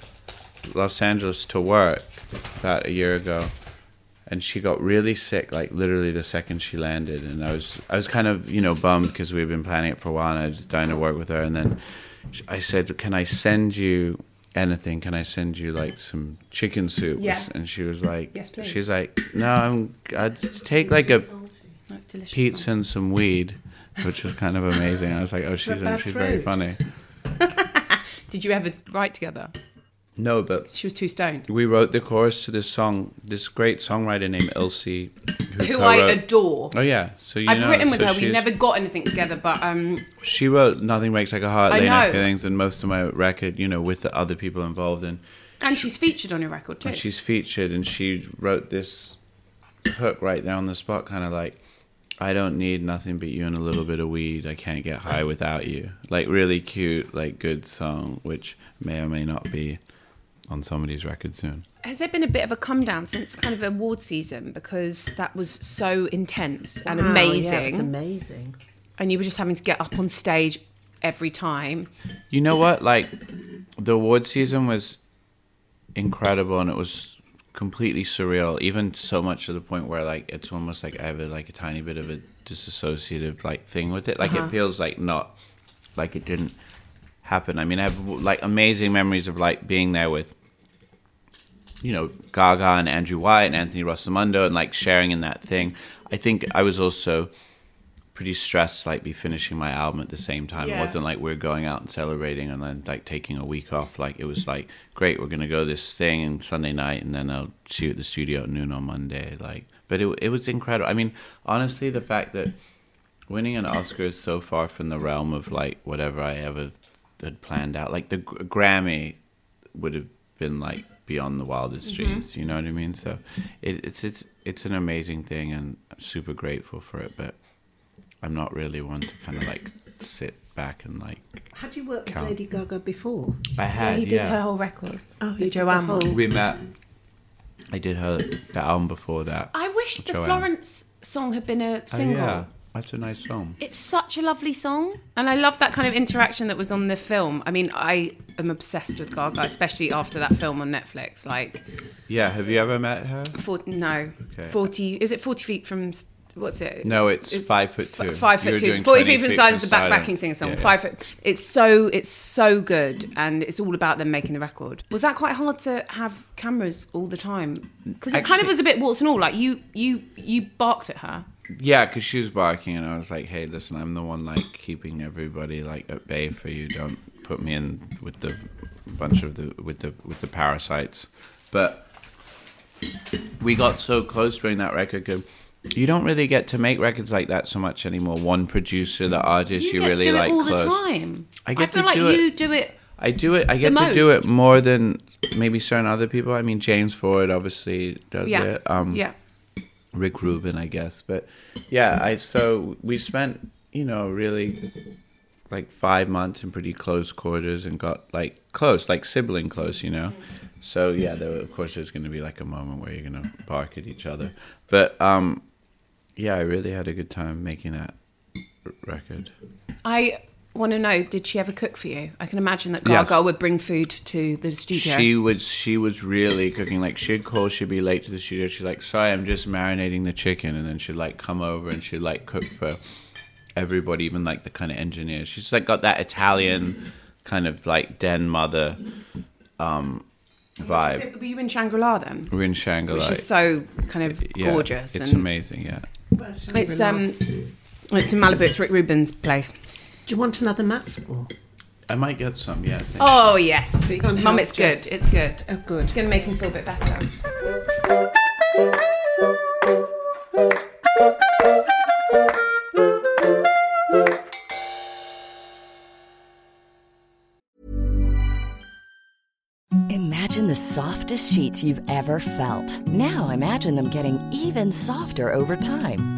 [SPEAKER 3] Los Angeles to work about a year ago, and she got really sick. Like literally the second she landed, and I was I was kind of you know bummed because we had been planning it for a while, and I was dying to work with her. And then sh- I said, "Can I send you?" Anything? Can I send you like some chicken soup?
[SPEAKER 1] Yeah.
[SPEAKER 3] And she was like,
[SPEAKER 1] Yes, please.
[SPEAKER 3] She's like, no, I'm. I'd take like a
[SPEAKER 1] That's delicious.
[SPEAKER 3] pizza and some weed, which was kind of amazing. I was like, oh, she's
[SPEAKER 2] bad
[SPEAKER 3] she's very
[SPEAKER 2] fruit.
[SPEAKER 3] funny.
[SPEAKER 1] Did you ever write together?
[SPEAKER 3] No, but
[SPEAKER 1] She was too stoned.
[SPEAKER 3] we wrote the chorus to this song. This great songwriter named Elsie,
[SPEAKER 1] Who I
[SPEAKER 3] co-wrote-
[SPEAKER 1] adore.
[SPEAKER 3] Oh yeah, so you
[SPEAKER 1] I've
[SPEAKER 3] know,
[SPEAKER 1] written with
[SPEAKER 3] so
[SPEAKER 1] her. We
[SPEAKER 3] she's-
[SPEAKER 1] never got anything together, but um,
[SPEAKER 3] She wrote "Nothing Breaks Like a Heart,"
[SPEAKER 1] I
[SPEAKER 3] "Lay
[SPEAKER 1] know.
[SPEAKER 3] No Feelings," and most of my record, you know, with the other people involved in.
[SPEAKER 1] and she's featured on your record too.
[SPEAKER 3] And she's featured, and she wrote this hook right there on the spot, kind of like, "I don't need nothing but you and a little bit of weed. I can't get high without you." Like really cute, like good song, which may or may not be on somebody's record soon.
[SPEAKER 1] Has there been a bit of a come down since kind of award season because that was so intense and
[SPEAKER 2] Wow, yeah,
[SPEAKER 1] amazing,
[SPEAKER 2] it's amazing.
[SPEAKER 1] and you were just having to get up on stage every time.
[SPEAKER 3] You know what? Like, the award season was incredible, and it was completely surreal. Even so much to the point where, like, it's almost like I have a, like a tiny bit of a disassociative like thing with it. Like, it feels like not like it didn't happen. I mean, I have like amazing memories of like being there with. You know, Gaga and Andrew White and Anthony Rosamondo, and like sharing in that thing. I think I was also pretty stressed like be finishing my album at the same time it
[SPEAKER 1] Yeah.
[SPEAKER 3] wasn't like we're going out and celebrating and then like taking a week off like it was like great we're gonna go this thing and sunday night and then i'll see you at the studio at noon on monday like but it, it was incredible i mean honestly the fact that winning an oscar is so far from the realm of like whatever i ever had planned out like the Gr- grammy would have been like beyond the wildest dreams you know what i mean so it, it's it's it's an amazing thing and i'm super grateful for it but I'm not really one to kind of like sit back and like.
[SPEAKER 2] Had you worked
[SPEAKER 3] Count.
[SPEAKER 2] with Lady Gaga before?
[SPEAKER 3] I had,
[SPEAKER 1] he did her whole record.
[SPEAKER 2] Oh,
[SPEAKER 1] The
[SPEAKER 2] you did the
[SPEAKER 1] Joanne one.
[SPEAKER 2] whole-
[SPEAKER 3] We met. I did her the album before that.
[SPEAKER 1] I wish the
[SPEAKER 3] Joanne.
[SPEAKER 1] Florence song had been a
[SPEAKER 3] Oh,
[SPEAKER 1] single.
[SPEAKER 3] yeah, that's a nice song.
[SPEAKER 1] It's such a lovely song, and I love that kind of interaction that was on the film. I mean, I am obsessed with Gaga, especially after that film on Netflix. Like,
[SPEAKER 3] Yeah, have you ever met her?
[SPEAKER 1] four, no,
[SPEAKER 3] Okay.
[SPEAKER 1] forty is it forty feet from s- what's it?
[SPEAKER 3] No, it's five foot
[SPEAKER 1] f-
[SPEAKER 3] two.
[SPEAKER 1] five
[SPEAKER 3] You
[SPEAKER 1] foot
[SPEAKER 3] were
[SPEAKER 1] two.
[SPEAKER 3] doing
[SPEAKER 1] Forty
[SPEAKER 3] 20
[SPEAKER 1] feet from
[SPEAKER 3] feet
[SPEAKER 1] silence, the
[SPEAKER 3] from
[SPEAKER 1] back
[SPEAKER 3] silence.
[SPEAKER 1] backing singer song.
[SPEAKER 3] Yeah, yeah.
[SPEAKER 1] Five foot. It's so it's so good, and it's all about them making the record. Was that quite hard to have cameras all the time? Because it kind of
[SPEAKER 3] Actually-
[SPEAKER 1] was a bit warts and all. Like you you you barked at her.
[SPEAKER 3] Yeah, because she was barking, and I was like, "Hey, listen, I'm the one like keeping everybody like at bay for you. Don't put me in with the bunch of the with the with the parasites." But we got so close during that record. 'cause You don't really get to make records like that so much anymore. One producer, the artist, you,
[SPEAKER 1] get
[SPEAKER 3] really
[SPEAKER 1] to do
[SPEAKER 3] like
[SPEAKER 1] it all
[SPEAKER 3] close.
[SPEAKER 1] the time.
[SPEAKER 3] I get
[SPEAKER 1] feel
[SPEAKER 3] to
[SPEAKER 1] like
[SPEAKER 3] do it-
[SPEAKER 1] you do it.
[SPEAKER 3] I do it. I get
[SPEAKER 1] The
[SPEAKER 3] to do
[SPEAKER 1] most.
[SPEAKER 3] it more than maybe certain other people. I mean, James Ford obviously does
[SPEAKER 1] Yeah.
[SPEAKER 3] it. Um,
[SPEAKER 1] yeah.
[SPEAKER 3] Rick Rubin, I guess. But yeah, I so we spent you know really like five months in pretty close quarters and got like close, like sibling close, you know. So yeah, there of course there's going to be like a moment where you're going to bark at each other, but um, yeah, I really had a good time making that r- record.
[SPEAKER 1] I want to know: Did she ever cook for you? I can imagine that
[SPEAKER 3] Yes.
[SPEAKER 1] Gaga would bring food to the studio.
[SPEAKER 3] She was she was really cooking. Like she'd call, she'd be late to the studio. She'd like, sorry, I'm just marinating the chicken, and then she'd like come over and she'd like cook for everybody, even like the kind of engineer. She's like got that Italian kind of like den mother um, vibe.
[SPEAKER 1] Were you in Shangri La then?
[SPEAKER 3] We We're in Shangri La.
[SPEAKER 1] Which is so kind of
[SPEAKER 3] Yeah,
[SPEAKER 1] gorgeous.
[SPEAKER 3] It's
[SPEAKER 1] and
[SPEAKER 3] amazing. Yeah.
[SPEAKER 1] It's um, it's in Malibu. It's Rick Rubin's place.
[SPEAKER 2] Do you want another Matt's war?
[SPEAKER 3] I might get some. Yeah. thank you.
[SPEAKER 1] Oh yes,
[SPEAKER 2] you can't
[SPEAKER 1] Mum,
[SPEAKER 2] help
[SPEAKER 1] it's good.
[SPEAKER 2] Jess.
[SPEAKER 1] It's good.
[SPEAKER 2] Oh, good.
[SPEAKER 1] It's gonna make him feel a bit better.
[SPEAKER 5] Imagine the softest sheets you've ever felt. Now imagine them getting even softer over time.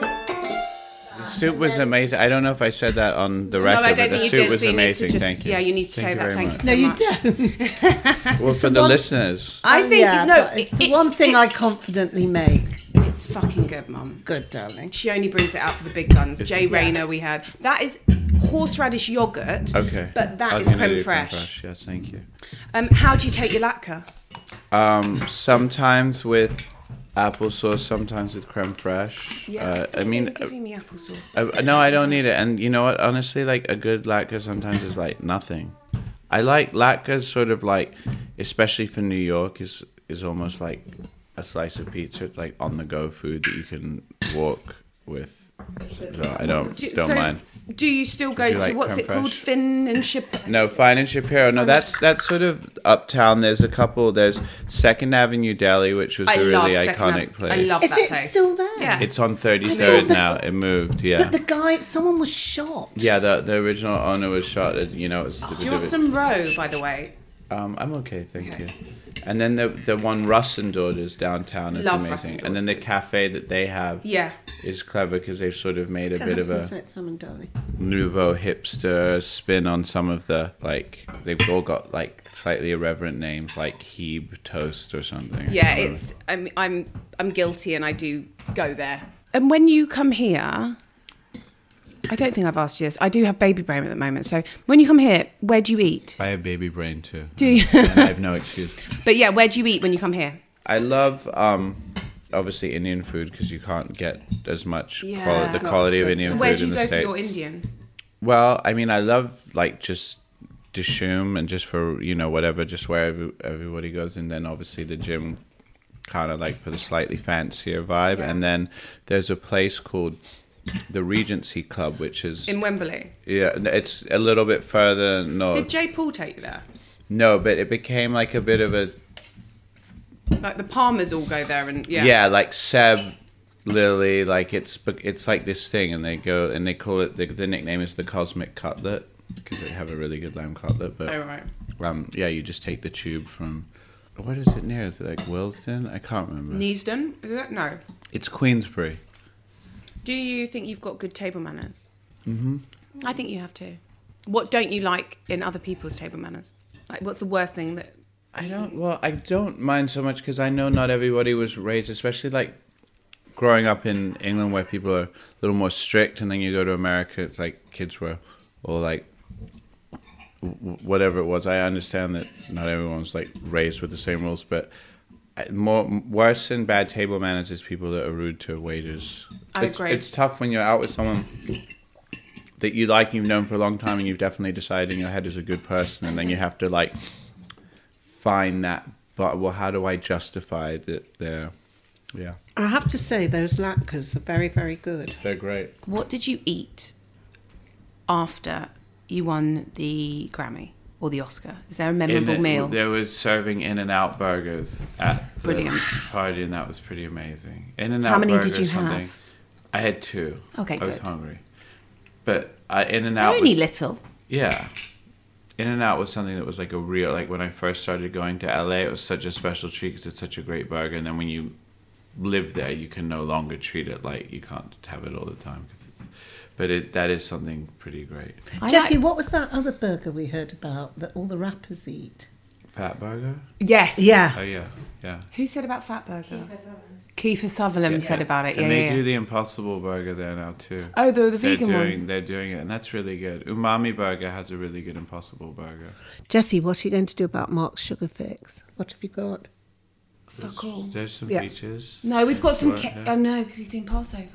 [SPEAKER 3] The soup was amazing. I don't know if I said that on the record,
[SPEAKER 1] no, I
[SPEAKER 3] but
[SPEAKER 1] don't
[SPEAKER 3] the
[SPEAKER 1] think you
[SPEAKER 3] soup
[SPEAKER 1] did.
[SPEAKER 3] was
[SPEAKER 1] so you need
[SPEAKER 3] amazing.
[SPEAKER 1] to just,
[SPEAKER 3] thank you.
[SPEAKER 1] Yeah, you need to say that.
[SPEAKER 3] very
[SPEAKER 1] Thank
[SPEAKER 3] much.
[SPEAKER 1] you. So
[SPEAKER 2] No, you
[SPEAKER 1] much.
[SPEAKER 2] don't.
[SPEAKER 3] Well, for the listeners,
[SPEAKER 1] I
[SPEAKER 2] Oh,
[SPEAKER 1] think
[SPEAKER 2] yeah,
[SPEAKER 1] no.
[SPEAKER 2] but it's the one thing I
[SPEAKER 1] it's-
[SPEAKER 2] confidently make.
[SPEAKER 1] It's fucking good, Mum.
[SPEAKER 2] Good, darling.
[SPEAKER 1] She only brings it out for the big guns. Jay Rayner, we had that is horseradish yogurt.
[SPEAKER 3] okay.
[SPEAKER 1] but that
[SPEAKER 3] I was
[SPEAKER 1] is
[SPEAKER 3] gonna
[SPEAKER 1] creme
[SPEAKER 3] do
[SPEAKER 1] fraiche.
[SPEAKER 3] Yes, thank you.
[SPEAKER 1] Um, how do you take your lacquer?
[SPEAKER 3] Um, sometimes with applesauce sometimes with creme fraiche.
[SPEAKER 1] Yeah,
[SPEAKER 3] Uh, I mean,
[SPEAKER 1] giving me applesauce.
[SPEAKER 3] I, I- no, I don't need it. And you know what? Honestly, like a good latke sometimes is like nothing. I like latkes, sort of like, especially for New York, is is almost like a slice of pizza. It's like on the go food that you can walk with. So I don't don't mind.
[SPEAKER 1] Do you still go
[SPEAKER 3] you
[SPEAKER 1] to
[SPEAKER 3] like
[SPEAKER 1] what's
[SPEAKER 3] creme
[SPEAKER 1] it called,
[SPEAKER 3] fraiche?
[SPEAKER 1] Finn and Ship?
[SPEAKER 3] No, Fine and Shapiro. No, that's that's sort of uptown. There's a couple. There's Second Avenue Deli, which was
[SPEAKER 4] I
[SPEAKER 3] a
[SPEAKER 4] love
[SPEAKER 3] really
[SPEAKER 4] Second Avenue.
[SPEAKER 3] iconic place.
[SPEAKER 4] I love
[SPEAKER 2] Is
[SPEAKER 4] that oh,
[SPEAKER 2] it
[SPEAKER 4] place.
[SPEAKER 2] still there?
[SPEAKER 4] Yeah.
[SPEAKER 3] It's on 33rd now. It moved. Yeah.
[SPEAKER 2] But the guy, someone was shot.
[SPEAKER 3] Yeah, the, the original owner was shot. At, you know, it was.
[SPEAKER 4] Do you want some roe, by the way?
[SPEAKER 3] Um, I'm okay, thank you. And then the the one Russ and Daughters downtown is
[SPEAKER 4] Love Russ
[SPEAKER 3] amazing.
[SPEAKER 4] and
[SPEAKER 3] And then the
[SPEAKER 4] Daughters.
[SPEAKER 3] cafe that they have
[SPEAKER 4] Yeah.
[SPEAKER 3] is clever because they've sort of made a
[SPEAKER 2] Go have
[SPEAKER 3] bit of
[SPEAKER 2] some
[SPEAKER 3] a
[SPEAKER 2] sweet salmon, darling.
[SPEAKER 3] nouveau hipster spin on some of the like they've all got like slightly irreverent names like Hebe Toast or something.
[SPEAKER 4] Yeah, it's I'm I'm I'm guilty and I do go there.
[SPEAKER 1] And when you come here, I don't think I've asked you this. I do have baby brain at the moment. So when you come here, where do you eat?
[SPEAKER 3] I have baby brain too.
[SPEAKER 1] Do you?
[SPEAKER 3] and I have no excuse.
[SPEAKER 1] But yeah, where do you eat when you come here?
[SPEAKER 3] I love um, obviously Indian food because you can't get as much quali-
[SPEAKER 4] Yeah.
[SPEAKER 3] the quality of Indian
[SPEAKER 4] So where
[SPEAKER 3] food
[SPEAKER 4] do
[SPEAKER 3] in
[SPEAKER 4] you
[SPEAKER 3] the
[SPEAKER 4] go for
[SPEAKER 3] state.
[SPEAKER 4] your Indian?
[SPEAKER 3] Well, I mean, I love like just Dishoom and just for you know whatever, just where every, everybody goes, and then obviously the gym, kind of like for the slightly fancier vibe, and then there's a place called the Regency Club, which is
[SPEAKER 4] In Wembley.
[SPEAKER 3] yeah, n- it's a little bit further north.
[SPEAKER 4] Did Jay Paul take you there?
[SPEAKER 3] no, but it became like a bit of a
[SPEAKER 4] Like the Palmers all go there and yeah.
[SPEAKER 3] yeah, like Seb. Lily, like it's bec- it's like this thing, and they go and they call it the, the nickname is the cosmic cutlet because they have a really good lamb cutlet. But
[SPEAKER 4] Oh, right.
[SPEAKER 3] Um, yeah, you just take the tube from. What is it near? Is it like Willesden? I can't remember.
[SPEAKER 4] Neasden? Is it? No.
[SPEAKER 3] it's Queensbury.
[SPEAKER 4] Do you think you've got good table manners? Mm-hmm. I think you have to. What don't you like in other people's table manners? Like, what's the worst thing that?
[SPEAKER 3] I don't. Well, I don't mind so much because I know not everybody was raised, especially like growing up in England where people are a little more strict, and then you go to America, it's like kids were, or like w- whatever it was. I understand that not everyone's like raised with the same rules, but I- more worse than bad table manners is people that are rude to waiters.
[SPEAKER 4] I
[SPEAKER 3] it's,
[SPEAKER 4] agree.
[SPEAKER 3] It's tough when you're out with someone that you like and you've known for a long time and you've definitely decided in your head is a good person and then you have to like find that but well how do I justify that they're yeah
[SPEAKER 2] I have to say, those latkes are very, very good.
[SPEAKER 3] they're great
[SPEAKER 1] What did you eat after you won the Grammy or the Oscar? Is there a memorable meal?
[SPEAKER 3] They were serving In and Out burgers at
[SPEAKER 1] Brilliant.
[SPEAKER 3] the party, and that was pretty amazing. In and Out.
[SPEAKER 1] How many did you have?
[SPEAKER 3] something. I had two.
[SPEAKER 1] Okay,
[SPEAKER 3] I was
[SPEAKER 1] good.
[SPEAKER 3] hungry, but I, In and Out.
[SPEAKER 1] Only
[SPEAKER 3] was-
[SPEAKER 1] little.
[SPEAKER 3] Yeah. In and Out was something that was like a real like when I first started going to LA, it was such a special treat because it's such a great burger, and then when you live there, you can no longer treat it like you can't have it all the time because it's. But it that is something pretty great.
[SPEAKER 1] I
[SPEAKER 2] Jesse,
[SPEAKER 1] like-
[SPEAKER 2] what was that other burger we heard about that all the rappers eat?
[SPEAKER 3] Fat burger.
[SPEAKER 1] yes.
[SPEAKER 3] Oh yeah, yeah.
[SPEAKER 1] Who said about Fatburger? Kiefer Sutherland said about it. Yeah,
[SPEAKER 3] and they
[SPEAKER 1] yeah,
[SPEAKER 3] do
[SPEAKER 1] yeah.
[SPEAKER 3] the Impossible Burger there now too.
[SPEAKER 1] Oh, the, the
[SPEAKER 3] they're
[SPEAKER 1] vegan
[SPEAKER 3] doing
[SPEAKER 1] one.
[SPEAKER 3] they're doing it, and that's really good. Umami Burger has a really good Impossible Burger.
[SPEAKER 2] Jesse, what are you going to do about Mark's sugar fix? What have you got?
[SPEAKER 1] Fuck all.
[SPEAKER 3] There's some
[SPEAKER 2] Yeah.
[SPEAKER 3] peaches.
[SPEAKER 1] No, we've got some.
[SPEAKER 3] Right,
[SPEAKER 1] Ca-
[SPEAKER 3] yeah.
[SPEAKER 1] oh no, because he's doing Passover.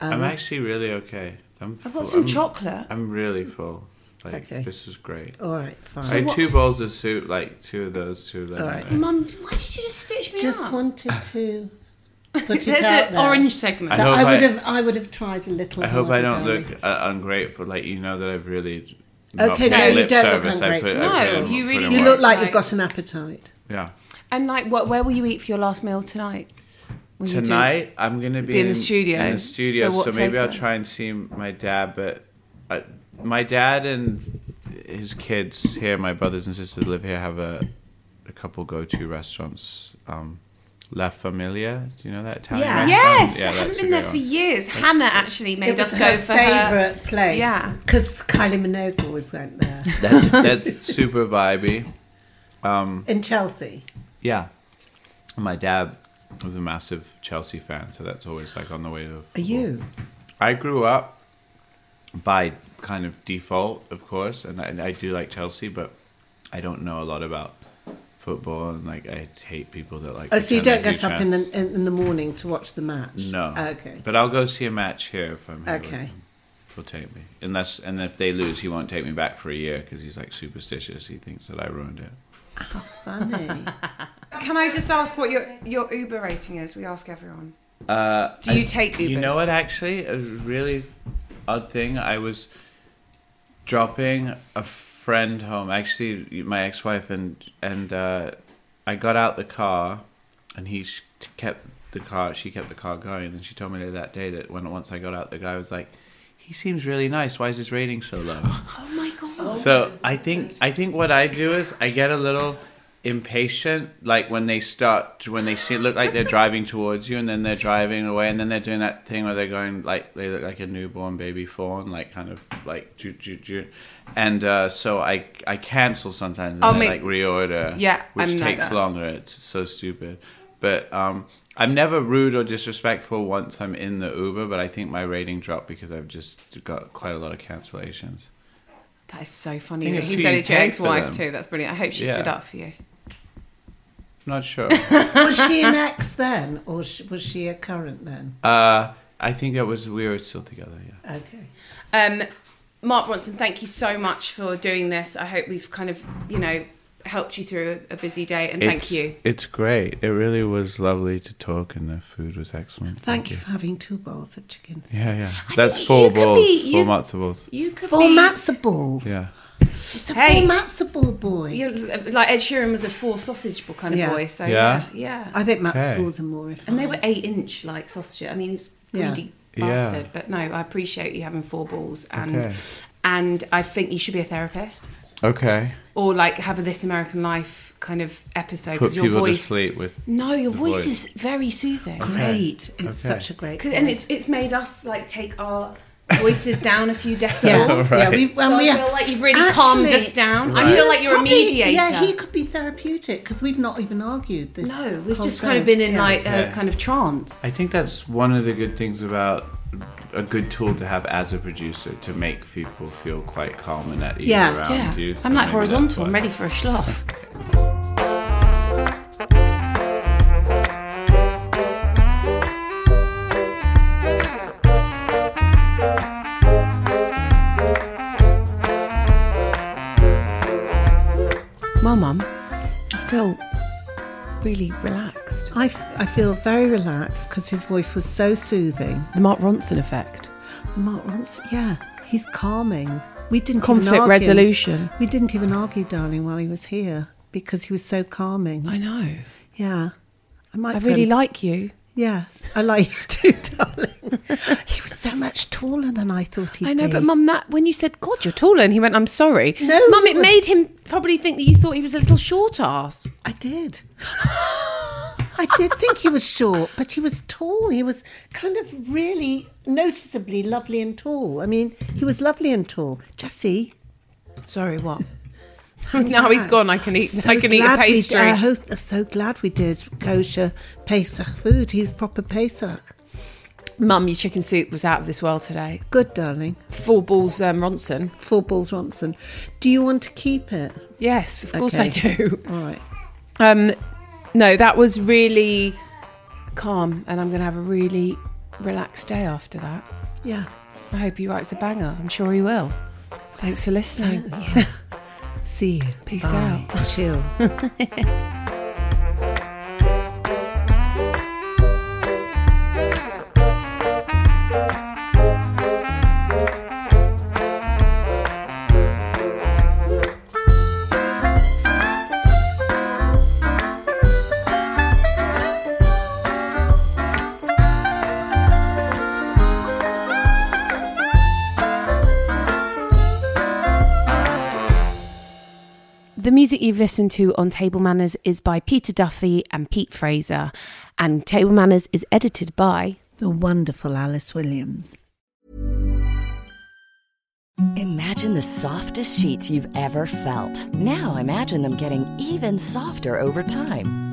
[SPEAKER 2] Uh-huh.
[SPEAKER 3] I'm actually really okay. I'm
[SPEAKER 1] I've got
[SPEAKER 3] full-
[SPEAKER 1] some
[SPEAKER 3] I'm-
[SPEAKER 1] chocolate.
[SPEAKER 3] I'm really full. Like
[SPEAKER 2] Okay.
[SPEAKER 3] this is great.
[SPEAKER 2] All right, fine.
[SPEAKER 3] I had two bowls of soup, like two of those, two of them.
[SPEAKER 2] All right.
[SPEAKER 1] Mum, why did you just stitch me
[SPEAKER 2] Just
[SPEAKER 1] up?
[SPEAKER 2] wanted to put
[SPEAKER 4] There's
[SPEAKER 2] it out
[SPEAKER 4] an
[SPEAKER 2] there.
[SPEAKER 4] orange segment.
[SPEAKER 3] I
[SPEAKER 2] That
[SPEAKER 3] hope
[SPEAKER 2] I would
[SPEAKER 3] I-
[SPEAKER 2] have. I would have tried a little.
[SPEAKER 3] I hope I
[SPEAKER 2] harder,
[SPEAKER 3] don't
[SPEAKER 2] darling.
[SPEAKER 3] look uh, ungrateful. Like you know that I've really.
[SPEAKER 2] Okay,
[SPEAKER 3] not
[SPEAKER 2] no,
[SPEAKER 3] paid
[SPEAKER 2] you
[SPEAKER 3] lip
[SPEAKER 2] don't look
[SPEAKER 3] service. I put- I
[SPEAKER 2] ungrateful.
[SPEAKER 3] put
[SPEAKER 4] No,
[SPEAKER 3] in-
[SPEAKER 4] you
[SPEAKER 3] put
[SPEAKER 4] really
[SPEAKER 3] in
[SPEAKER 4] do.
[SPEAKER 2] You
[SPEAKER 3] work.
[SPEAKER 2] look like
[SPEAKER 4] Right.
[SPEAKER 2] you've got an appetite.
[SPEAKER 3] Yeah.
[SPEAKER 1] And like, what? Where will you eat for your last meal tonight? Will you do-
[SPEAKER 3] Tonight I'm gonna be,
[SPEAKER 1] Be in the studio.
[SPEAKER 3] In the studio,
[SPEAKER 1] So
[SPEAKER 3] so,
[SPEAKER 1] what
[SPEAKER 3] maybe I'll
[SPEAKER 1] takeaway?
[SPEAKER 3] try and see my dad. But I, my dad and his kids here, my brothers and sisters that live here, have a a couple go-to restaurants. Um, La Familia, do you know that Italian
[SPEAKER 2] Yeah.
[SPEAKER 4] Yes,
[SPEAKER 3] restaurant?
[SPEAKER 4] I haven't
[SPEAKER 3] that's a
[SPEAKER 4] been there
[SPEAKER 3] great
[SPEAKER 4] for
[SPEAKER 3] one.
[SPEAKER 4] years. Hannah actually made us go for her.
[SPEAKER 2] favourite place.
[SPEAKER 4] Yeah.
[SPEAKER 2] because Kylie Minogue always went there
[SPEAKER 3] That's, that's super vibey. Hmm.
[SPEAKER 2] in Chelsea.
[SPEAKER 3] Yeah. My dad was a massive Chelsea fan, so that's always like on the way to.
[SPEAKER 2] Are
[SPEAKER 3] football.
[SPEAKER 2] you?
[SPEAKER 3] I grew up by kind of default, of course, and I, and I do like Chelsea, but I don't know a lot about football, and like I hate people that like.
[SPEAKER 2] Oh, so you don't
[SPEAKER 3] pretend
[SPEAKER 2] get
[SPEAKER 3] they do
[SPEAKER 2] up in the in, in the morning to watch the match?
[SPEAKER 3] tran- No.
[SPEAKER 2] Okay.
[SPEAKER 3] But I'll go see a match here if I'm. Here with
[SPEAKER 2] Okay.
[SPEAKER 3] him. He'll take me unless and if they lose, he won't take me back for a year because he's like superstitious. He thinks that I ruined it.
[SPEAKER 2] Funny.
[SPEAKER 4] Can I just ask what your your Uber rating is? We ask everyone.
[SPEAKER 3] Uh,
[SPEAKER 4] Do you take
[SPEAKER 3] You know
[SPEAKER 4] Ubers?
[SPEAKER 3] what? Actually, a really odd thing. I was dropping a friend home. Actually, my ex-wife and and uh, I got out the car, and he sh- kept the car. She kept the car going, and she told me later that day that when once I got out, the guy was like, "He seems really nice. Why is his rating so low?"
[SPEAKER 4] Oh my god.
[SPEAKER 3] So I think I think what I do is I get a little impatient, like when they start when they see look like they're driving towards you, and then they're driving away, and then they're doing that thing where they're going like they look like a newborn baby fawn, like kind of like ju ju ju, and uh, so I I cancel sometimes and
[SPEAKER 4] Oh,
[SPEAKER 3] I
[SPEAKER 4] me-
[SPEAKER 3] like reorder,
[SPEAKER 4] Yeah,
[SPEAKER 3] which
[SPEAKER 4] I'm like
[SPEAKER 3] takes
[SPEAKER 4] that.
[SPEAKER 3] longer. It's so stupid, but um. I'm never rude or disrespectful once I'm in the Uber, but I think my rating dropped because I've just got quite a lot of cancellations.
[SPEAKER 4] That is so
[SPEAKER 3] I
[SPEAKER 4] funny.
[SPEAKER 3] think
[SPEAKER 4] That
[SPEAKER 3] it's
[SPEAKER 4] he
[SPEAKER 3] too
[SPEAKER 4] said it to your
[SPEAKER 3] intense for
[SPEAKER 4] ex-wife
[SPEAKER 3] them.
[SPEAKER 4] too. That's brilliant. I hope she
[SPEAKER 3] Yeah.
[SPEAKER 4] stood up for you.
[SPEAKER 3] Not sure.
[SPEAKER 2] was she an ex then, or sh- was she a current then?
[SPEAKER 3] Uh, I think that was we were still together. Yeah.
[SPEAKER 2] Okay.
[SPEAKER 4] Um, Mark Bronson, thank you so much for doing this. I hope we've kind of you know helped you through a, a busy day, and thank you.
[SPEAKER 3] It's great. It really was lovely to talk, and the food was excellent.
[SPEAKER 2] Thank you for having two bowls of chicken.
[SPEAKER 3] Yeah, yeah.
[SPEAKER 4] I
[SPEAKER 3] That's
[SPEAKER 4] think
[SPEAKER 3] four
[SPEAKER 4] you could
[SPEAKER 3] balls.
[SPEAKER 4] be- you-
[SPEAKER 3] Four matzo balls.
[SPEAKER 4] You could
[SPEAKER 2] Four
[SPEAKER 4] be
[SPEAKER 2] matzo balls.
[SPEAKER 3] Yeah.
[SPEAKER 2] It's a
[SPEAKER 4] Hey.
[SPEAKER 2] full matzo ball boy.
[SPEAKER 4] you're, like Ed Sheeran was a four sausage ball kind of
[SPEAKER 2] Yeah.
[SPEAKER 4] boy. So yeah,
[SPEAKER 3] Yeah?
[SPEAKER 4] yeah.
[SPEAKER 2] I think matzo
[SPEAKER 3] Okay.
[SPEAKER 2] balls are more refined.
[SPEAKER 4] and they were eight inch like sausage. I mean, he's
[SPEAKER 2] Yeah.
[SPEAKER 4] greedy
[SPEAKER 3] Yeah.
[SPEAKER 4] bastard. But no, I appreciate you having four balls, and
[SPEAKER 3] Okay.
[SPEAKER 4] and I think you should be a therapist
[SPEAKER 3] Okay.
[SPEAKER 4] or like have a This American Life kind of episode
[SPEAKER 3] Put
[SPEAKER 4] because your
[SPEAKER 3] people
[SPEAKER 4] voice.
[SPEAKER 3] to sleep with.
[SPEAKER 4] No, your
[SPEAKER 3] The
[SPEAKER 4] voice,
[SPEAKER 3] voice.
[SPEAKER 4] is very soothing.
[SPEAKER 2] great. It's
[SPEAKER 3] Okay.
[SPEAKER 2] such a great.
[SPEAKER 4] 'Cause- and
[SPEAKER 2] boy.
[SPEAKER 4] it's it's made us like take our voices down a few decibels.
[SPEAKER 2] yeah, we,
[SPEAKER 4] So
[SPEAKER 2] and we
[SPEAKER 4] I feel like you've really calmed
[SPEAKER 2] Actually,
[SPEAKER 4] us down. I feel like you're
[SPEAKER 2] Probably,
[SPEAKER 4] a mediator.
[SPEAKER 2] Yeah, he could be therapeutic because we've not even argued this.
[SPEAKER 4] no, we've
[SPEAKER 2] whole
[SPEAKER 4] just kind of
[SPEAKER 2] thing.
[SPEAKER 4] been in
[SPEAKER 2] Yeah.
[SPEAKER 4] like a
[SPEAKER 3] Yeah.
[SPEAKER 4] kind of trance.
[SPEAKER 3] I think that's one of the good things about a good tool to have as a producer to make people feel quite calm and at ease
[SPEAKER 2] Yeah.
[SPEAKER 3] around
[SPEAKER 4] Yeah,
[SPEAKER 3] you. so
[SPEAKER 4] I'm like
[SPEAKER 3] maybe that's
[SPEAKER 4] horizontal,
[SPEAKER 3] why.
[SPEAKER 4] I'm ready for a schloff.
[SPEAKER 1] Well, Mum, I feel really relaxed.
[SPEAKER 2] I, f- I feel very relaxed because his voice was so soothing.
[SPEAKER 1] The Mark Ronson effect.
[SPEAKER 2] Mark Rons, yeah, he's calming. We didn't
[SPEAKER 1] Conflict
[SPEAKER 2] even argue.
[SPEAKER 1] resolution.
[SPEAKER 2] We didn't even argue, darling, while he was here because he was so calming.
[SPEAKER 1] I know. Um,
[SPEAKER 2] yeah, I might.
[SPEAKER 1] I really
[SPEAKER 2] put-
[SPEAKER 1] like you.
[SPEAKER 2] Yes, I like you too, darling. he was so much taller than I thought he'd
[SPEAKER 1] I know,
[SPEAKER 2] be.
[SPEAKER 1] but Mum, that when you said God, you're taller, and he went, "I'm sorry."
[SPEAKER 2] No.
[SPEAKER 1] Mum, it made him probably think that you thought he was a little short ass.
[SPEAKER 2] I did. I did think he was short, but he was tall. He was kind of really noticeably lovely and tall. I mean, he was lovely and tall. Jesse,
[SPEAKER 1] Sorry, what? now he's
[SPEAKER 2] back.
[SPEAKER 1] gone. I can eat. I can eat a
[SPEAKER 2] glad we-
[SPEAKER 1] pastry.
[SPEAKER 2] I hope, I'm so glad we did kosher Pesach food. He was proper Pesach.
[SPEAKER 1] Mum, your chicken soup was out of this world today.
[SPEAKER 2] Good, darling.
[SPEAKER 1] Four balls, um, Ronson.
[SPEAKER 2] Four balls Ronson. Do you want to keep it?
[SPEAKER 1] Yes, of course I
[SPEAKER 2] Okay.
[SPEAKER 1] do.
[SPEAKER 2] All right.
[SPEAKER 1] Um, no, that was really calm, and I'm going to have a really relaxed day after that.
[SPEAKER 2] Yeah.
[SPEAKER 1] I hope he writes a banger. I'm sure he will. Thanks for listening.
[SPEAKER 2] See you.
[SPEAKER 1] Peace
[SPEAKER 2] Bye. Chill.
[SPEAKER 1] The music you've listened to on Table Manners is by Peter Duffy and Pete Fraser, and Table Manners is edited by.
[SPEAKER 2] the wonderful Alice Williams.
[SPEAKER 5] Imagine the softest sheets you've ever felt. Now imagine them getting even softer over time.